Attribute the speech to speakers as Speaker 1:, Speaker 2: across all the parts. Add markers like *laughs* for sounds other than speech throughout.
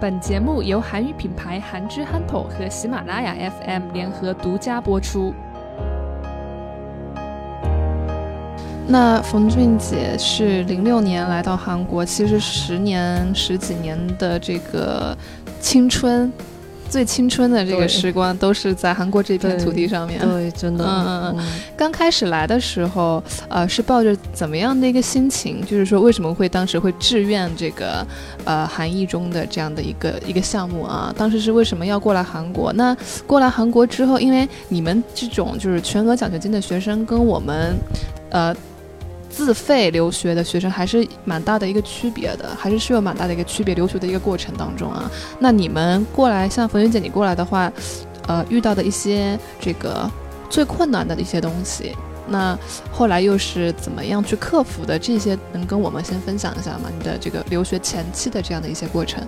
Speaker 1: 本节目由韩语品牌韩之憨头和喜马拉雅 FM 联合独家播出。那冯俊杰是零六年来到韩国，其实十年十几年的这个青春，最青春的这个
Speaker 2: 对
Speaker 1: 时光都是在韩国这片土地上面。
Speaker 2: 对，真的，
Speaker 1: 嗯嗯
Speaker 2: 嗯
Speaker 1: 刚开始来的时候，呃，是抱着怎么样的一个心情？就是说，为什么会当时会志愿这个呃韩艺中的这样的一个一个项目啊？当时是为什么要过来韩国？那过来韩国之后，因为你们这种就是全额奖学金的学生跟我们，呃。自费留学的学生还是蛮大的一个区别的，还是是有蛮大的一个区别。留学的一个过程当中啊，那你们过来，像冯云姐你过来的话，呃，遇到的一些这个最困难的一些东西。那后来又是怎么样去克服的？这些能跟我们先分享一下吗？你的这个留学前期的这样的一些过程。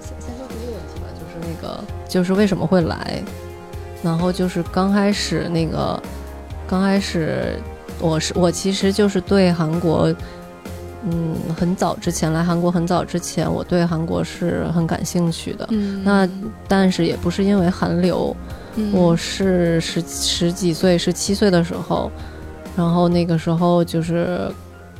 Speaker 2: 先先说第一个问题吧，就是那个，就是为什么会来，然后就是刚开始那个，刚开始我是我其实就是对韩国，嗯，很早之前来韩国很早之前，我对韩国是很感兴趣的，
Speaker 1: 嗯
Speaker 2: 那但是也不是因为韩流，我是十十几岁，十七岁的时候，然后那个时候就是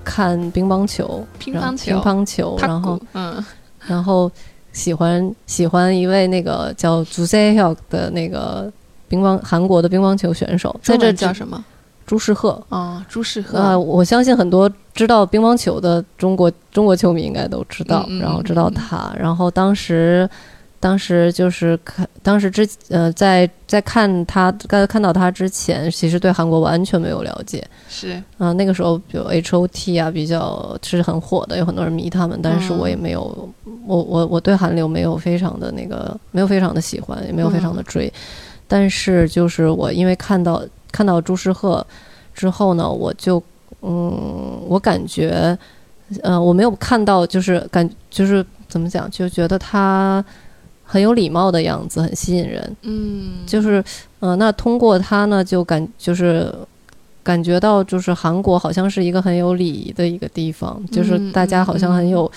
Speaker 2: 看乒乓球，
Speaker 1: 乒
Speaker 2: 然后
Speaker 1: 乓球
Speaker 2: 乒乓球，然后
Speaker 1: *laughs* 嗯
Speaker 2: 然后喜欢喜欢一位那个叫朱塞혁的那个乒乓韩国的乒乓球选手，在
Speaker 1: 中
Speaker 2: 这
Speaker 1: 文叫
Speaker 2: 之
Speaker 1: 什么？
Speaker 2: 朱世赫。
Speaker 1: 哦，朱世赫。
Speaker 2: 呃，我相信很多知道乒乓球的中国中国球迷应该都知道，
Speaker 1: 嗯嗯
Speaker 2: 然后知道他，然后当时。当时就是看，当时之呃，在在看他，刚看到他之前，其实对韩国完全没有了解
Speaker 1: 是
Speaker 2: 啊、那个时候，比如 H O T 啊，比较是很火的，有很多人迷他们，但是
Speaker 1: 嗯
Speaker 2: 我也没有，我我我对韩流没有非常的那个，没有非常的喜欢，也没有非常的追，但是就是我因为看到看到朱世赫之后呢，我就嗯，我感觉，呃，我没有看到，就是感就是怎么讲，就觉得他很有礼貌的样子，很吸引人。
Speaker 1: 嗯
Speaker 2: 就是，呃，那通过他呢，就感就是感觉到，就是韩国好像是一个很有礼仪的一个地方，就是
Speaker 1: 嗯
Speaker 2: 大家好像很
Speaker 1: 嗯
Speaker 2: 有，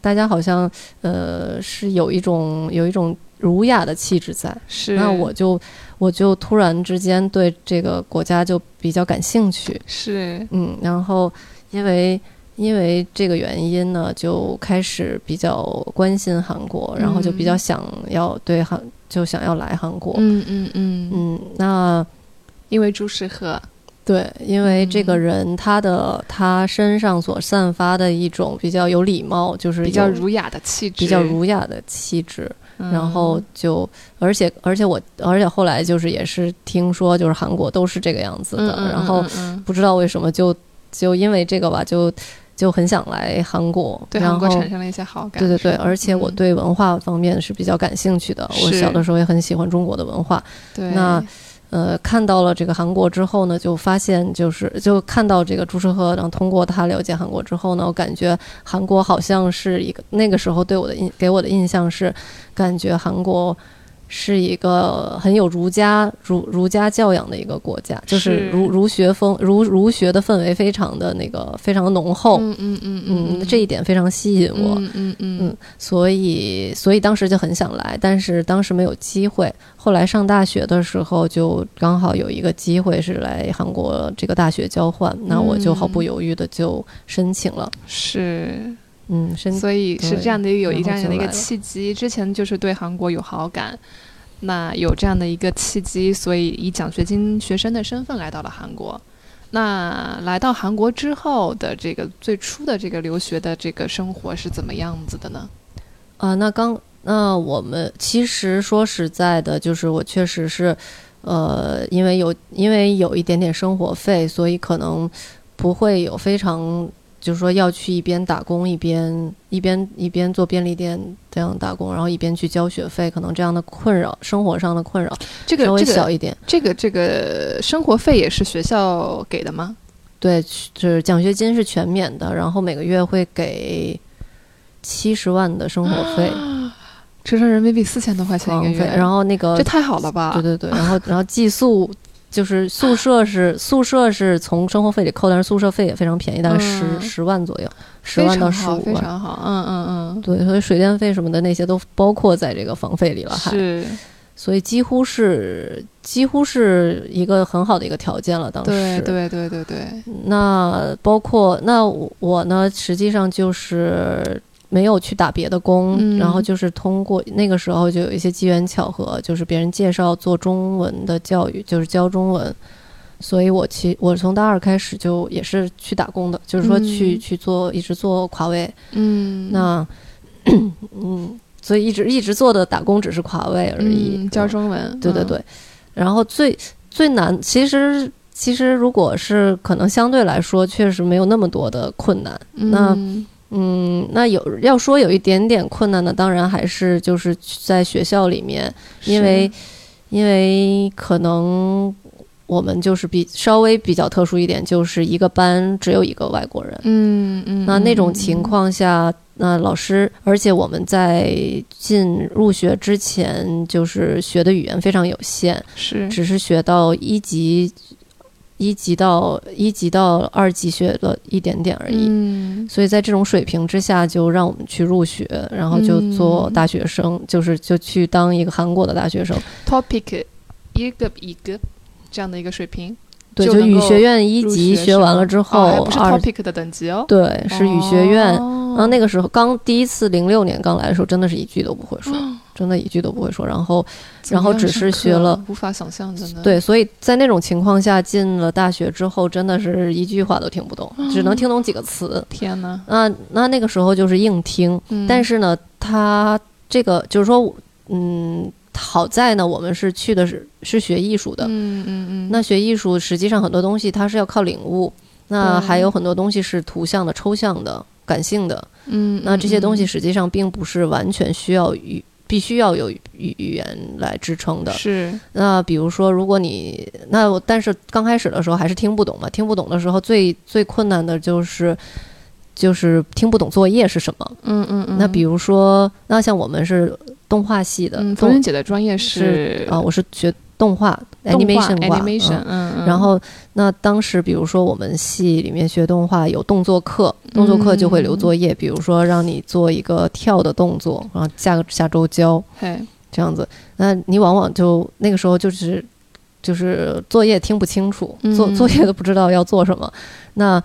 Speaker 2: 大家好像呃是有一种有一种儒雅的气质在。
Speaker 1: 是。
Speaker 2: 那我就我就突然之间对这个国家就比较感兴趣，
Speaker 1: 是
Speaker 2: 嗯，然后因为因为这个原因呢，就开始比较关心韩国，然后就比较
Speaker 1: 嗯
Speaker 2: 想要对韩就想要来韩国，
Speaker 1: 嗯嗯嗯，
Speaker 2: 嗯，那
Speaker 1: 因为朱世赫。
Speaker 2: 对，因为这个
Speaker 1: 嗯
Speaker 2: 人他的他身上所散发的一种比较有礼貌，就是
Speaker 1: 比较
Speaker 2: 有
Speaker 1: 儒雅的气质，
Speaker 2: 比较儒雅的气质，
Speaker 1: 嗯，
Speaker 2: 然后就，而且而且我，而且后来就是也是听说，就是韩国都是这个样子
Speaker 1: 嗯
Speaker 2: 的，然后
Speaker 1: 嗯嗯嗯
Speaker 2: 不知道为什么就就因为这个吧，就就很想来韩国，
Speaker 1: 对
Speaker 2: 然
Speaker 1: 韩
Speaker 2: 后
Speaker 1: 国产生了一些好感。
Speaker 2: 对对
Speaker 1: 是
Speaker 2: 对，
Speaker 1: 吧
Speaker 2: 而且我
Speaker 1: 嗯
Speaker 2: 对文化方面是比较感兴趣的，我
Speaker 1: 是
Speaker 2: 小的时候也很喜欢中国的文化，
Speaker 1: 对
Speaker 2: 那呃，看到了这个韩国之后呢，就发现就是就看到这个朱世赫，然后通过他了解韩国之后呢，我感觉韩国好像是一个那个时候对我的印给我的印象是，感觉韩国是一个很有儒家儒儒家教养的一个国家，就是
Speaker 1: 是
Speaker 2: 儒儒学风儒儒学的氛围非常的那个非常的浓厚，
Speaker 1: 嗯嗯嗯
Speaker 2: 嗯这一点非常吸引我，
Speaker 1: 嗯嗯嗯
Speaker 2: 嗯，所以所以当时就很想来，但是当时没有机会。后来上大学的时候，就刚好有一个机会是来韩国这个大学交换，那我就毫不犹豫的就申请了。
Speaker 1: 是，
Speaker 2: 嗯，申
Speaker 1: 所以是
Speaker 2: 对
Speaker 1: 这样的一个有
Speaker 2: 然
Speaker 1: 一这
Speaker 2: 后
Speaker 1: 样的
Speaker 2: 就
Speaker 1: 一个
Speaker 2: 来了
Speaker 1: 契机。之前就是对韩国有好感，那有这样的一个契机，所以以奖学金学生的身份来到了韩国。那来到韩国之后的这个最初的这个留学的这个生活是怎么样子的呢？
Speaker 2: 啊、那刚那我们其实说实在的，就是我确实是，呃，因为有因为有一点点生活费，所以可能不会有非常就是说要去一边打工一边一边一边做便利店这样打工，然后一边去交学费，可能这样的困扰，生活上的困扰
Speaker 1: 这
Speaker 2: 稍
Speaker 1: 个
Speaker 2: 微
Speaker 1: 这
Speaker 2: 小
Speaker 1: 个
Speaker 2: 一点。
Speaker 1: 这个这个生活费也是学校给的吗？
Speaker 2: 对，就是奖学金是全免的，然后每个月会给七十万的生活费
Speaker 1: 折成人民币四千多块钱一
Speaker 2: 房
Speaker 1: 啊个
Speaker 2: 费，
Speaker 1: 月，
Speaker 2: 然后那个
Speaker 1: 哦这太好了吧？
Speaker 2: 对对对，然后 *laughs* 然后寄宿就是宿舍是宿舍是从生活费里扣，但是宿舍费也非常便宜，大概十
Speaker 1: 嗯
Speaker 2: 十万左右，十万到十五
Speaker 1: 非
Speaker 2: 万。
Speaker 1: 常好，嗯嗯
Speaker 2: 对，所以水电费什么的那些都包括在这个房费里了，
Speaker 1: 嗯，
Speaker 2: 还
Speaker 1: 是，
Speaker 2: 所以几乎是几乎是一个很好的一个条件了。当时
Speaker 1: 对对对对对，
Speaker 2: 那包括那我我呢，实际上就是没有去打别的工，
Speaker 1: 嗯
Speaker 2: 然后就是通过那个时候就有一些机缘巧合，就是别人介绍做中文的教育，就是教中文。所以我其我从大二开始就也是去打工的，就是说去、
Speaker 1: 嗯
Speaker 2: 去做，一直做跨位。
Speaker 1: 嗯，
Speaker 2: 那 *coughs* 嗯，所以一直一直做的打工只是跨位而已。
Speaker 1: 嗯，教中文，
Speaker 2: 对对
Speaker 1: 嗯
Speaker 2: 对，，然后最最难，其实其实如果是可能相对来说，确实没有那么多的困难。那
Speaker 1: 嗯
Speaker 2: 嗯，那有要说有一点点困难的，当然还是就是在学校里面，因
Speaker 1: 是
Speaker 2: 为因为可能我们就是比稍微比较特殊一点，就是一个班只有一个外国人。
Speaker 1: 嗯嗯，
Speaker 2: 那那种
Speaker 1: 嗯
Speaker 2: 情，况下，那老师，而且我们在进入学之前，就是学的语言非常有限，
Speaker 1: 是
Speaker 2: 只是学到一级，一级到一级到二级学了一点点而已。
Speaker 1: 嗯
Speaker 2: 所以在这种水平之下，就让我们去入学，然后就做
Speaker 1: 嗯
Speaker 2: 大学生，就是就去当一个韩国的大学生，
Speaker 1: ，topic 一个一个这样的一个水平，
Speaker 2: 对，
Speaker 1: 就
Speaker 2: 就
Speaker 1: 能
Speaker 2: 语
Speaker 1: 够
Speaker 2: 学院一
Speaker 1: 入
Speaker 2: 级
Speaker 1: 学
Speaker 2: 学
Speaker 1: 是
Speaker 2: 完
Speaker 1: 吗
Speaker 2: 了之后，
Speaker 1: 哦还不是
Speaker 2: 二
Speaker 1: topic 的等级哦，
Speaker 2: 对是语学院，然后
Speaker 1: 哦
Speaker 2: 那个时候刚第一次零六年刚来的时候，真的是一句都不会说，
Speaker 1: 嗯
Speaker 2: 真的一句都不会说。然后
Speaker 1: 怎么
Speaker 2: 然后
Speaker 1: 样
Speaker 2: 只
Speaker 1: 上
Speaker 2: 是
Speaker 1: 课
Speaker 2: 学
Speaker 1: 啊
Speaker 2: 了，
Speaker 1: 无法想象，真的，
Speaker 2: 对，所以在那种情况下，进了大学之后，真的是一句话都听不懂，
Speaker 1: 嗯
Speaker 2: 只能听懂几个词。
Speaker 1: 天呐，
Speaker 2: 那那那个时候就是硬听，
Speaker 1: 嗯
Speaker 2: 但是呢，他这个就是说，嗯，好在呢，我们是去的是是学艺术的，
Speaker 1: 嗯嗯嗯，
Speaker 2: 那学艺术实际上很多东西它是要靠领悟，那
Speaker 1: 对
Speaker 2: 还有很多东西是图像的、抽象的、感性的。
Speaker 1: 嗯，
Speaker 2: 那这些东西
Speaker 1: 嗯
Speaker 2: 实际上并不是完全需要语，必须要有语语言来支撑的。
Speaker 1: 是
Speaker 2: 那比如说，如果你那我，但是刚开始的时候还是听不懂嘛，听不懂的时候最最困难的就是就是听不懂作业是什么。
Speaker 1: 嗯嗯嗯，
Speaker 2: 那比如说，那像我们是动画系的，
Speaker 1: 嗯，冯
Speaker 2: 动
Speaker 1: 仁姐的专业是
Speaker 2: 啊，我是学动画
Speaker 1: 动画
Speaker 2: animation 画
Speaker 1: animation，
Speaker 2: 嗯
Speaker 1: 嗯，嗯
Speaker 2: 然后，那当时比如说我们系里面学动画有动作课，
Speaker 1: 嗯
Speaker 2: 动作课就会留作业，比如说让你做一个跳的动作，然后下个下周交
Speaker 1: 嘿，
Speaker 2: 这样子。那你往往就那个时候就是就是作业听不清楚，作
Speaker 1: 嗯
Speaker 2: 作业都不知道要做什么。那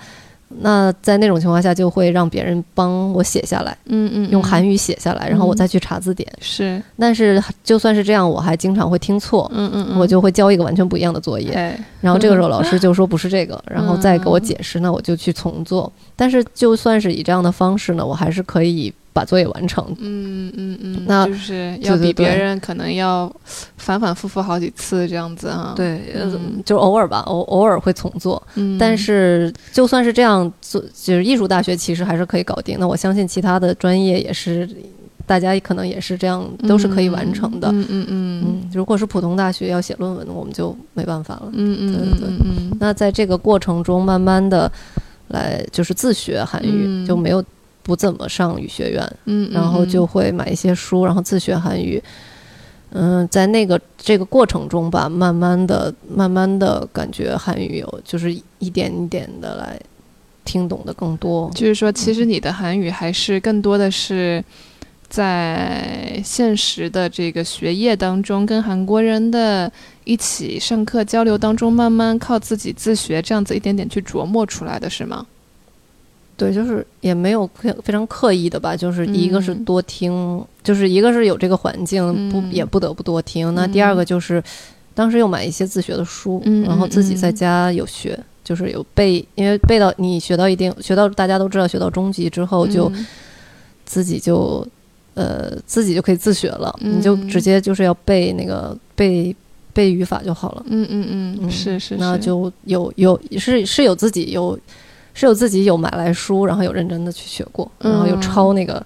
Speaker 2: 那在那种情况下，就会让别人帮我写下来，
Speaker 1: 嗯嗯，
Speaker 2: 用韩
Speaker 1: 语
Speaker 2: 语写下来，然后
Speaker 1: 嗯
Speaker 2: 我再去查字典。
Speaker 1: 是，
Speaker 2: 但是就算是这样，我还经常会听错，
Speaker 1: 嗯嗯嗯，哎
Speaker 2: 我就会交一个完全不一样的作业。
Speaker 1: 嘿，
Speaker 2: 然后这个时候老师就说不是这个，然后再给我解释，那我就去重做。但是就算是以这样的方式呢，我还是可以把作业完成。
Speaker 1: 嗯嗯嗯，
Speaker 2: 那
Speaker 1: 就是要
Speaker 2: 对
Speaker 1: 比
Speaker 2: 对
Speaker 1: 别人可能要反反复复好几次这样子啊，，
Speaker 2: 对
Speaker 1: 呃
Speaker 2: 嗯就偶尔吧，偶偶尔会重做。
Speaker 1: 嗯，
Speaker 2: 但是就算是这样做，就是艺术大学其实还是可以搞定。那我相信其他的专业也是，大家可能也是这样，都是可以完成的。
Speaker 1: 嗯嗯嗯
Speaker 2: 嗯，如果是普通大学要写论文，我们就没办法了。
Speaker 1: 嗯嗯
Speaker 2: 对
Speaker 1: 嗯
Speaker 2: 对
Speaker 1: 嗯嗯，
Speaker 2: 那在这个过程中，慢慢的来就是自学韩语，
Speaker 1: 嗯
Speaker 2: 就没有不怎么上语学院，
Speaker 1: 嗯嗯
Speaker 2: 然后就会买一些书，然后自学韩语。嗯，在那个这个过程中吧，慢慢的、慢慢的感觉韩语有就是一点一点的来听懂的更多。
Speaker 1: 就是说，其实你的韩语还是更多的是在现实的这个学业当中，跟韩国人的一起上课交流当中，慢慢靠自己自学，这样子一点点去琢磨出来的，是吗？
Speaker 2: 对，就是也没有非非常刻意的吧，就是一个是
Speaker 1: 嗯
Speaker 2: 多听，就是一个是有这个环境，不
Speaker 1: 嗯
Speaker 2: 也不得不多听。那第二个就是，当时又买一些自学的书，
Speaker 1: 嗯
Speaker 2: 然后自己在
Speaker 1: 嗯嗯
Speaker 2: 家有学，就是有背，因为背到你学到一定，学到大家都知道，学到中级之后就
Speaker 1: 嗯
Speaker 2: 自己就。呃，自己就可以自学了，你就
Speaker 1: 嗯
Speaker 2: 直接就是要背那个背背语法就好了。
Speaker 1: 嗯嗯嗯，
Speaker 2: 嗯
Speaker 1: 是是，
Speaker 2: 那
Speaker 1: 是
Speaker 2: 就有有是是有自己有是有自己有买来书，然后有认真的去学过，然后有
Speaker 1: 嗯
Speaker 2: 抄那个，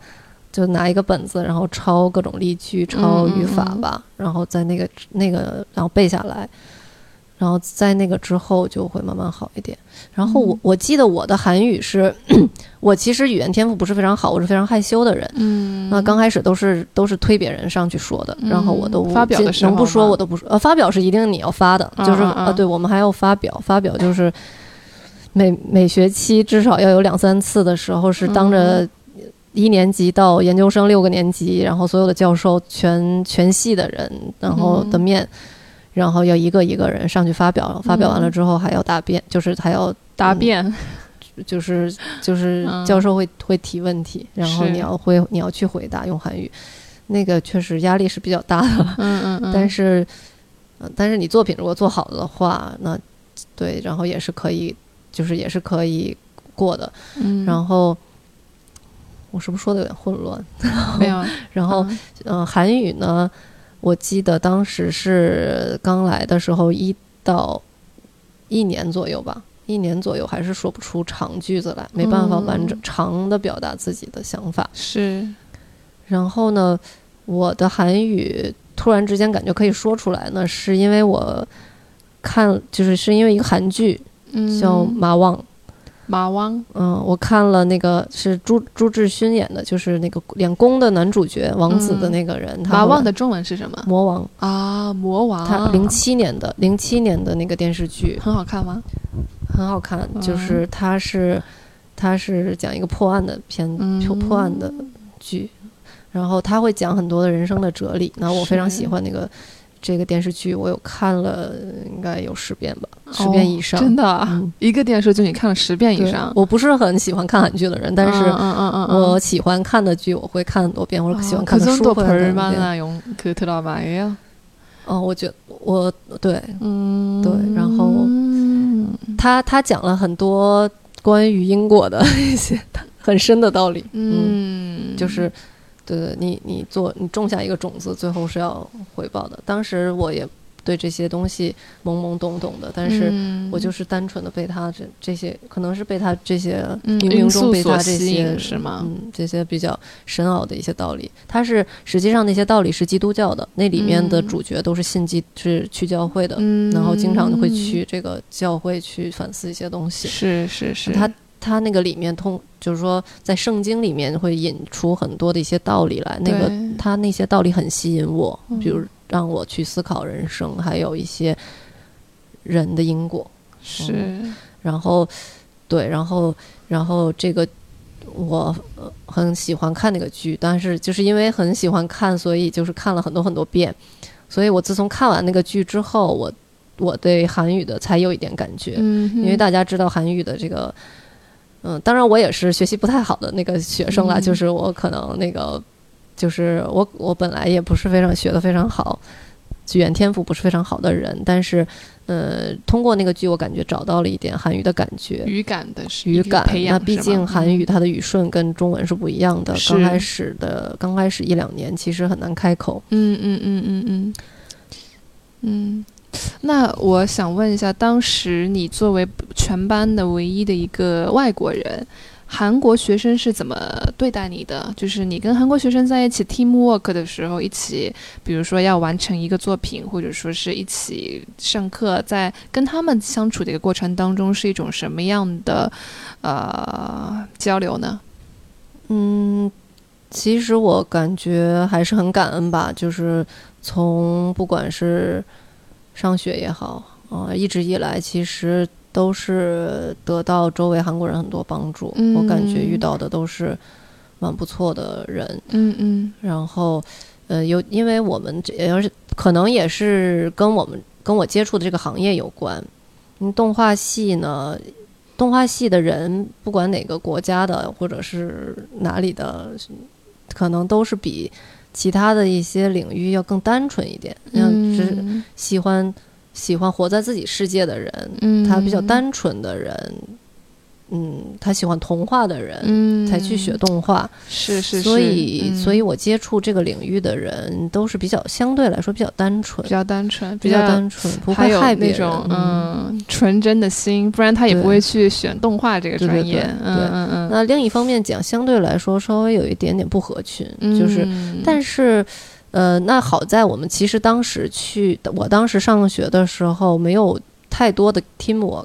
Speaker 2: 就拿一个本子，然后抄各种例句、抄语法
Speaker 1: 嗯嗯
Speaker 2: 吧，然后在那个那个然后背下来，然后在那个之后就会慢慢好一点。然后我、
Speaker 1: 嗯
Speaker 2: 我记得我的韩语是， *coughs* 我其实语言天赋不是非常好，我是非常害羞的人。
Speaker 1: 嗯，
Speaker 2: 那刚开始都是都是推别人上去说的，
Speaker 1: 嗯
Speaker 2: 然后我都
Speaker 1: 发表的
Speaker 2: 尽
Speaker 1: 时候
Speaker 2: 能不说
Speaker 1: 吗
Speaker 2: 我都不说。呃，发表是一定你要发的，
Speaker 1: 啊
Speaker 2: 就是
Speaker 1: 啊啊
Speaker 2: 呃，对我们还要发表，发表就是每每学期至少要有两三次的时候是当
Speaker 1: 嗯
Speaker 2: 着一年级到研究生六个年级，然后所有的教授全全系的人，然后
Speaker 1: 嗯
Speaker 2: 的面，然后要一个一个人上去发表，发表完
Speaker 1: 嗯
Speaker 2: 了之后还要答辩，就是还要
Speaker 1: 答辩，
Speaker 2: 就是就是
Speaker 1: 嗯
Speaker 2: 教授会、会提问题，然后
Speaker 1: 是
Speaker 2: 你要会你要去回答用韩语，那个确实压力是比较大的，
Speaker 1: 嗯嗯嗯，
Speaker 2: 但是、呃但是你作品如果做好了的话，那对，然后也是可以，就是也是可以过的。
Speaker 1: 嗯
Speaker 2: 然后我是不是说的有点混乱？
Speaker 1: 没有，
Speaker 2: *laughs* 然后
Speaker 1: 嗯
Speaker 2: 嗯、呃韩语呢，我记得当时是刚来的时候，一到一年左右吧，一年左右还是说不出长句子来，没办法完
Speaker 1: 嗯
Speaker 2: 整、长的表达自己的想法。
Speaker 1: 是
Speaker 2: 然后呢，我的韩语突然之间感觉可以说出来呢，是因为我看就是是因为一个韩剧
Speaker 1: 嗯
Speaker 2: 叫《马旺》。
Speaker 1: 马汪，
Speaker 2: 嗯，我看了那个是朱朱志勋演的，就是那个脸公的男主角王子的那个人，他
Speaker 1: 马
Speaker 2: 后来
Speaker 1: 汪嗯的中文是什么
Speaker 2: 魔王，
Speaker 1: 啊？魔王，
Speaker 2: 他零七年的零七年的那个电视剧
Speaker 1: 很好看吗？
Speaker 2: 很好看，
Speaker 1: 嗯
Speaker 2: 就是他是他是讲一个破案的片，
Speaker 1: 嗯
Speaker 2: 破破案的剧，然后他会讲很多的人生的哲理，然后我非常
Speaker 1: 是
Speaker 2: 喜欢那个这个电视剧，我有看了应该有十遍吧，十遍以上，
Speaker 1: 哦真的啊、
Speaker 2: 嗯
Speaker 1: 一个电视剧你看了十遍以
Speaker 2: 对
Speaker 1: 上，
Speaker 2: 我不是很喜欢看韩剧的人，但是。
Speaker 1: 嗯嗯嗯哦嗯，
Speaker 2: 我喜欢看的剧，我会看很多遍，或者喜欢看
Speaker 1: 그
Speaker 2: 的书
Speaker 1: 정도
Speaker 2: 会看很多
Speaker 1: 볼만
Speaker 2: 遍。
Speaker 1: 한그 드라마예요.
Speaker 2: 哦，我觉我对
Speaker 1: 음,
Speaker 2: 对，然后
Speaker 1: 嗯
Speaker 2: 嗯他他讲了很多关于英国的一些很深的道理，
Speaker 1: 음,
Speaker 2: 就是对对，你你做你种下一个种子，最后是要回报的。当时我也对这些东西懵懵懂懂的，但
Speaker 1: 嗯
Speaker 2: 是我就是单纯的被他这这些，可能是被他这些
Speaker 1: 嗯
Speaker 2: 冥
Speaker 1: 因
Speaker 2: 冥中
Speaker 1: 素
Speaker 2: 被
Speaker 1: 所
Speaker 2: 他这
Speaker 1: 吸
Speaker 2: 些
Speaker 1: 引是吗？
Speaker 2: 嗯，这些比较深奥的一些道理，它是实际上那些道理是基督教的，那里面的
Speaker 1: 嗯
Speaker 2: 主角都是信基是去教会的，
Speaker 1: 嗯
Speaker 2: 然后经常会去这个教会去反思一些东西。
Speaker 1: 是是是，
Speaker 2: 他他那个里面通就是说在圣经里面会引出很多的一些道理来，那个
Speaker 1: 对
Speaker 2: 他那些道理很吸引我，
Speaker 1: 嗯
Speaker 2: 比如让我去思考人生，还有一些人的因果。
Speaker 1: 是
Speaker 2: 然后对，然后然后这个我呃很喜欢看那个剧，但是就是因为很喜欢看，所以就是看了很多很多遍。所以我自从看完那个剧之后，我我对韩语的才有一点感觉，
Speaker 1: 嗯哼，
Speaker 2: 因为大家知道韩语的这个。嗯，当然我也是学习不太好的那个学生啦，
Speaker 1: 嗯
Speaker 2: 就是我可能那个，就是我我本来也不是非常学的非常好，语言天赋不是非常好的人，但是呃，通过那个剧我感觉找到了一点韩语的感觉，
Speaker 1: 语感的是
Speaker 2: 语
Speaker 1: 一个
Speaker 2: 感。
Speaker 1: 培养
Speaker 2: 那毕竟韩语它的语顺跟中文是不一样的，
Speaker 1: 是
Speaker 2: 刚开始的刚开始一两年其实很难开口。
Speaker 1: 嗯嗯嗯嗯嗯嗯。那我想问一下，当时你作为全班的唯一的一个外国人，韩国学生是怎么对待你的？就是你跟韩国学生在一起 team work 的时候，一起，比如说要完成一个作品，或者说是一起上课，在跟他们相处的一个过程当中，是一种什么样的呃交流呢？
Speaker 2: 嗯，其实我感觉还是很感恩吧，就是从不管是上学也好，啊、一直以来其实都是得到周围韩国人很多帮助。
Speaker 1: 嗯
Speaker 2: 我感觉遇到的都是蛮不错的人，
Speaker 1: 嗯嗯
Speaker 2: 然后，呃，有因为我们这也是可能也是跟我们跟我接触的这个行业有关。嗯，动画系呢，动画系的人不管哪个国家的或者是哪里的，可能都是比其他的一些领域要更单纯一点。嗯，只
Speaker 1: 嗯
Speaker 2: 喜欢喜欢活在自己世界的人，
Speaker 1: 嗯，
Speaker 2: 他比较单纯的人，嗯，他喜欢童话的人，
Speaker 1: 嗯，
Speaker 2: 才去学动画。
Speaker 1: 是是是，
Speaker 2: 所以，
Speaker 1: 嗯
Speaker 2: 所以我接触这个领域的人都是比较相对来说比较单纯
Speaker 1: 比，较单纯，
Speaker 2: 比较单纯，不
Speaker 1: 还
Speaker 2: 会
Speaker 1: 有
Speaker 2: 害别
Speaker 1: 那
Speaker 2: 人。
Speaker 1: 种嗯纯真的心，不然他也不
Speaker 2: 对
Speaker 1: 会去选动画这个
Speaker 2: 对对
Speaker 1: 专业。
Speaker 2: 对
Speaker 1: 嗯
Speaker 2: 对
Speaker 1: 嗯嗯，
Speaker 2: 那另一方面讲，相对来说稍微有一点点不合群，就是，
Speaker 1: 嗯
Speaker 2: 但是。呃，那好在我们其实当时去，我当时上学的时候没有太多的 teamwork，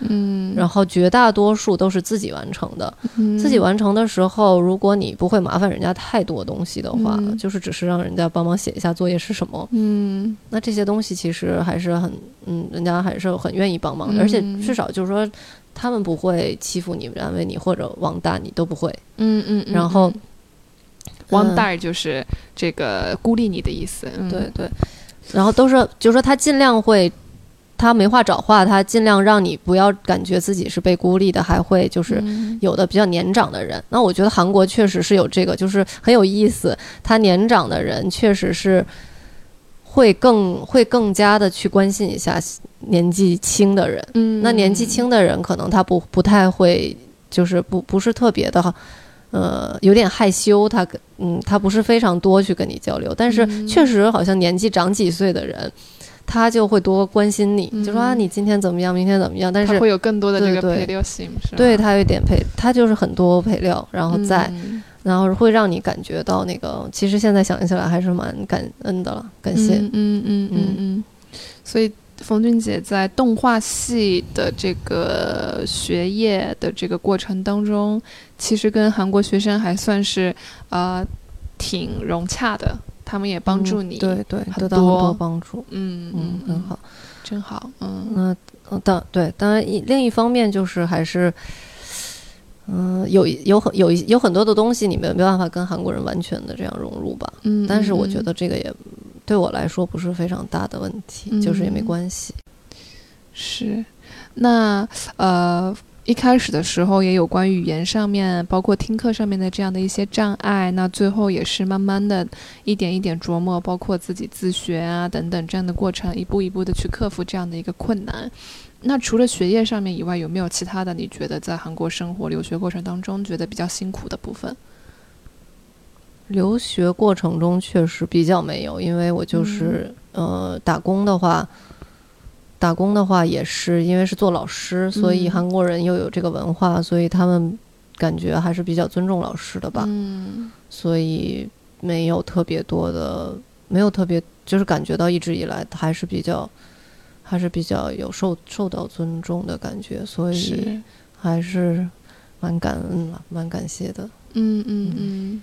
Speaker 1: 嗯，
Speaker 2: 然后绝大多数都是自己完成的。
Speaker 1: 嗯
Speaker 2: 自己完成的时候，如果你不会麻烦人家太多东西的话，
Speaker 1: 嗯
Speaker 2: 就是只是让人家帮忙写一下作业是什么，
Speaker 1: 嗯
Speaker 2: 那这些东西其实还是很，嗯，人家还是很愿意帮忙
Speaker 1: 嗯
Speaker 2: 的，而且至少就是说，他们不会欺负你、安慰你或者王大你都不会。
Speaker 1: 嗯嗯，嗯
Speaker 2: 然后
Speaker 1: 嗯王
Speaker 2: 嗯
Speaker 1: 大就是这个孤立你的意思，嗯、
Speaker 2: 对对，然后都是就是说他尽量会，他没话找话，他尽量让你不要感觉自己是被孤立的，还会就是
Speaker 1: 嗯
Speaker 2: 有的比较年长的人。那我觉得韩国确实是有这个，就是很有意思。他年长的人确实是会更会更加的去关心一下年纪轻的人。
Speaker 1: 嗯，
Speaker 2: 那年纪轻的人可能他不不太会，就是不不是特别的，呃，有点害羞。他跟嗯，他不是非常多去跟你交流，但是
Speaker 1: 嗯
Speaker 2: 确实好像年纪长几岁的人，他就会多关心你，就说啊，
Speaker 1: 嗯
Speaker 2: 你今天怎么样，明天怎么样。但
Speaker 1: 他
Speaker 2: 是
Speaker 1: 会有更多的这个
Speaker 2: 对
Speaker 1: 陪
Speaker 2: 对
Speaker 1: 聊性，是吧
Speaker 2: 对他有点配，他就是很多配料，然后在，
Speaker 1: 嗯
Speaker 2: 然后会让你感觉到那个，其实现在想起来还是蛮感恩的了，感谢。
Speaker 1: 嗯嗯嗯嗯嗯，所以冯俊姐在动画系的这个学业的这个过程当中，其实跟韩国学生还算是呃挺融洽的，他们也帮助你，
Speaker 2: 嗯对对，
Speaker 1: 很
Speaker 2: 得到很
Speaker 1: 多
Speaker 2: 多帮助，
Speaker 1: 嗯，
Speaker 2: 嗯
Speaker 1: 嗯，，
Speaker 2: 很好。
Speaker 1: 真好，嗯
Speaker 2: 那呃当对，当然一另一方面就是还是，嗯、有一有很有一有很多的东西你们没办法跟韩国人完全的这样融入吧。
Speaker 1: 嗯，
Speaker 2: 但是我觉
Speaker 1: 嗯
Speaker 2: 得这个也对我来说不是非常大的问题，就是也没
Speaker 1: 嗯
Speaker 2: 关系。
Speaker 1: 是，那呃，一开始的时候也有关于语言上面，包括听课上面的这样的一些障碍，那最后也是慢慢的一点一点琢磨，包括自己自学啊等等这样的过程，一步一步的去克服这样的一个困难。那除了学业上面以外，有没有其他的你觉得在韩国生活留学过程当中觉得比较辛苦的部分？
Speaker 2: 留学过程中确实比较没有，因为我就是、
Speaker 1: 嗯
Speaker 2: 呃打工的话，打工的话也是因为是做老师，所以
Speaker 1: 嗯
Speaker 2: 韩国人又有这个文化，所以他们感觉还是比较尊重老师的吧。
Speaker 1: 嗯
Speaker 2: 所以没有特别多的，没有特别，就是感觉到一直以来还是比较，还是比较有受受到尊重的感觉，所以
Speaker 1: 是，
Speaker 2: 还是蛮感恩了，蛮感谢的。
Speaker 1: 嗯嗯嗯。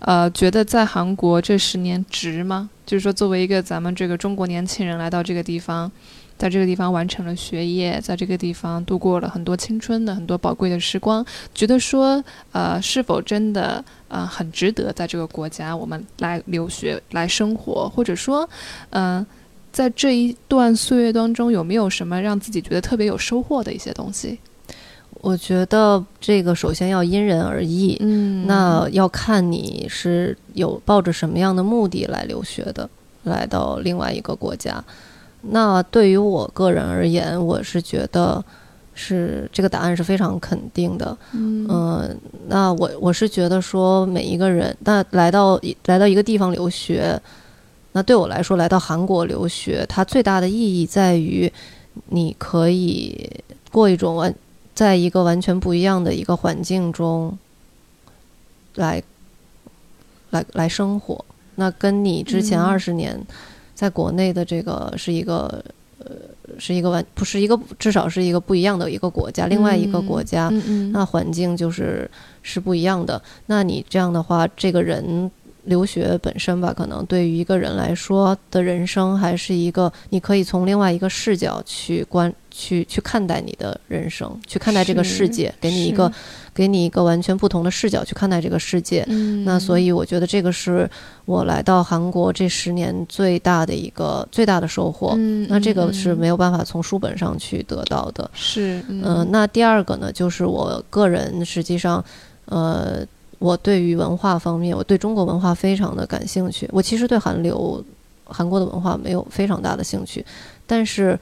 Speaker 1: 呃，觉得在韩国这十年值吗？就是说，作为一个咱们这个中国年轻人来到这个地方，在这个地方完成了学业，在这个地方度过了很多青春的很多宝贵的时光，觉得说，呃，是否真的呃很值得在这个国家我们来留学来生活，或者说，嗯、在这一段岁月当中，有没有什么让自己觉得特别有收获的一些东西？
Speaker 2: 我觉得这个首先要因人而异，
Speaker 1: 嗯
Speaker 2: 那要看你是有抱着什么样的目的来留学的，来到另外一个国家。那对于我个人而言，我是觉得是这个答案是非常肯定的。
Speaker 1: 嗯
Speaker 2: 嗯，那我我是觉得说，每一个人，那来到一来到一个地方留学，那对我来说，来到韩国留学，它最大的意义在于，你可以过一种完，在一个完全不一样的一个环境中来，来来生活。那跟你之前
Speaker 1: 嗯
Speaker 2: 二十年在国内的这个是一个。呃，是一个完不是一个，至少是一个不一样的一个国家，另外一个国家，
Speaker 1: 嗯嗯
Speaker 2: 那环境就是是不一样的。那你这样的话，这个人留学本身吧，可能对于一个人来说的人生，还是一个你可以从另外一个视角去观、去去看待你的人生，去看待这个
Speaker 1: 是
Speaker 2: 世界，给你一个给你一个完全不同的视角去看待这个世界。
Speaker 1: 嗯，
Speaker 2: 那所
Speaker 1: 以
Speaker 2: 以我觉得这个是我来到韩国这十年最大的一个最大的收获。
Speaker 1: 嗯，
Speaker 2: 那这个
Speaker 1: 嗯
Speaker 2: 是没有办法从书本上去得到的。
Speaker 1: 是嗯
Speaker 2: 嗯、那第二个呢，就是我个人实际上，呃，我对于文化方面，我对中国文化非常的感兴趣。我其实对韩流、韩国的文化没有非常大的兴趣，但是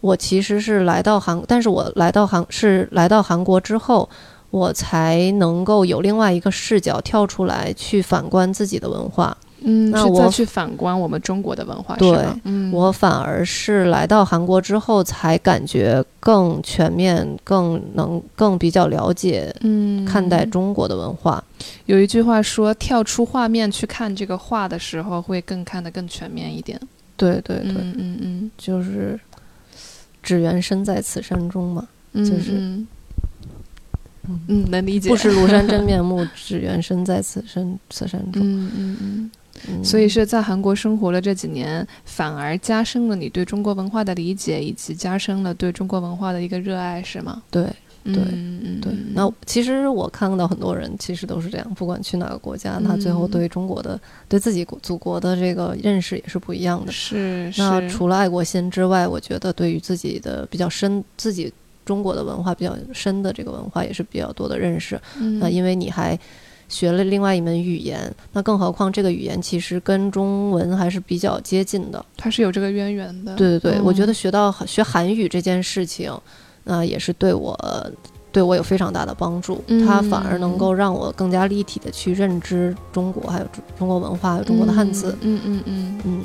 Speaker 2: 我其实是来到韩，但是我来到韩是来到韩国之后。我才能够有另外一个视角跳出来，去反观自己的文化。
Speaker 1: 嗯，
Speaker 2: 那
Speaker 1: 是再
Speaker 2: 我
Speaker 1: 去反观我们中国的文化，
Speaker 2: 对
Speaker 1: 是吧嗯，
Speaker 2: 我反而是来到韩国之后，才感觉更全面、更能、更比较了解
Speaker 1: 嗯
Speaker 2: 看待中国的文化。
Speaker 1: 有一句话说，跳出画面去看这个画的时候，会更看得更全面一点。
Speaker 2: 对对对，
Speaker 1: 嗯嗯嗯
Speaker 2: 就是只缘身在此山中嘛，
Speaker 1: 嗯，
Speaker 2: 就是
Speaker 1: 嗯嗯能理解，
Speaker 2: *laughs* 不识庐山真面目，只缘身在此山此山中。
Speaker 1: 嗯嗯嗯，
Speaker 2: 嗯
Speaker 1: 所以是在韩国生活了这几年，反而加深了你对中国文化的理解，以及加深了对中国文化的一个热爱，是吗？
Speaker 2: 对
Speaker 1: 对嗯
Speaker 2: 对
Speaker 1: 嗯，
Speaker 2: 那其实我看到很多人其实都是这样，不管去哪个国家，他最后
Speaker 1: 嗯
Speaker 2: 对中国的、对自己国祖国的这个认识也是不一样的。
Speaker 1: 是是
Speaker 2: 那除了爱国心之外，我觉得对于自己的比较深、自己中国的文化比较深的这个文化也是比较多的认识。
Speaker 1: 嗯呃
Speaker 2: 那因为你还学了另外一门语言，那更何况这个语言其实跟中文还是比较接近的。
Speaker 1: 它是有这个渊源的。
Speaker 2: 对对对，
Speaker 1: 嗯
Speaker 2: 我觉得学到学韩语这件事情，那、也是对我对我有非常大的帮助。
Speaker 1: 嗯
Speaker 2: 它反而能够让我更加立体的去认知中国，还有中中国文化，还有中国的汉字。
Speaker 1: 嗯嗯嗯嗯
Speaker 2: 嗯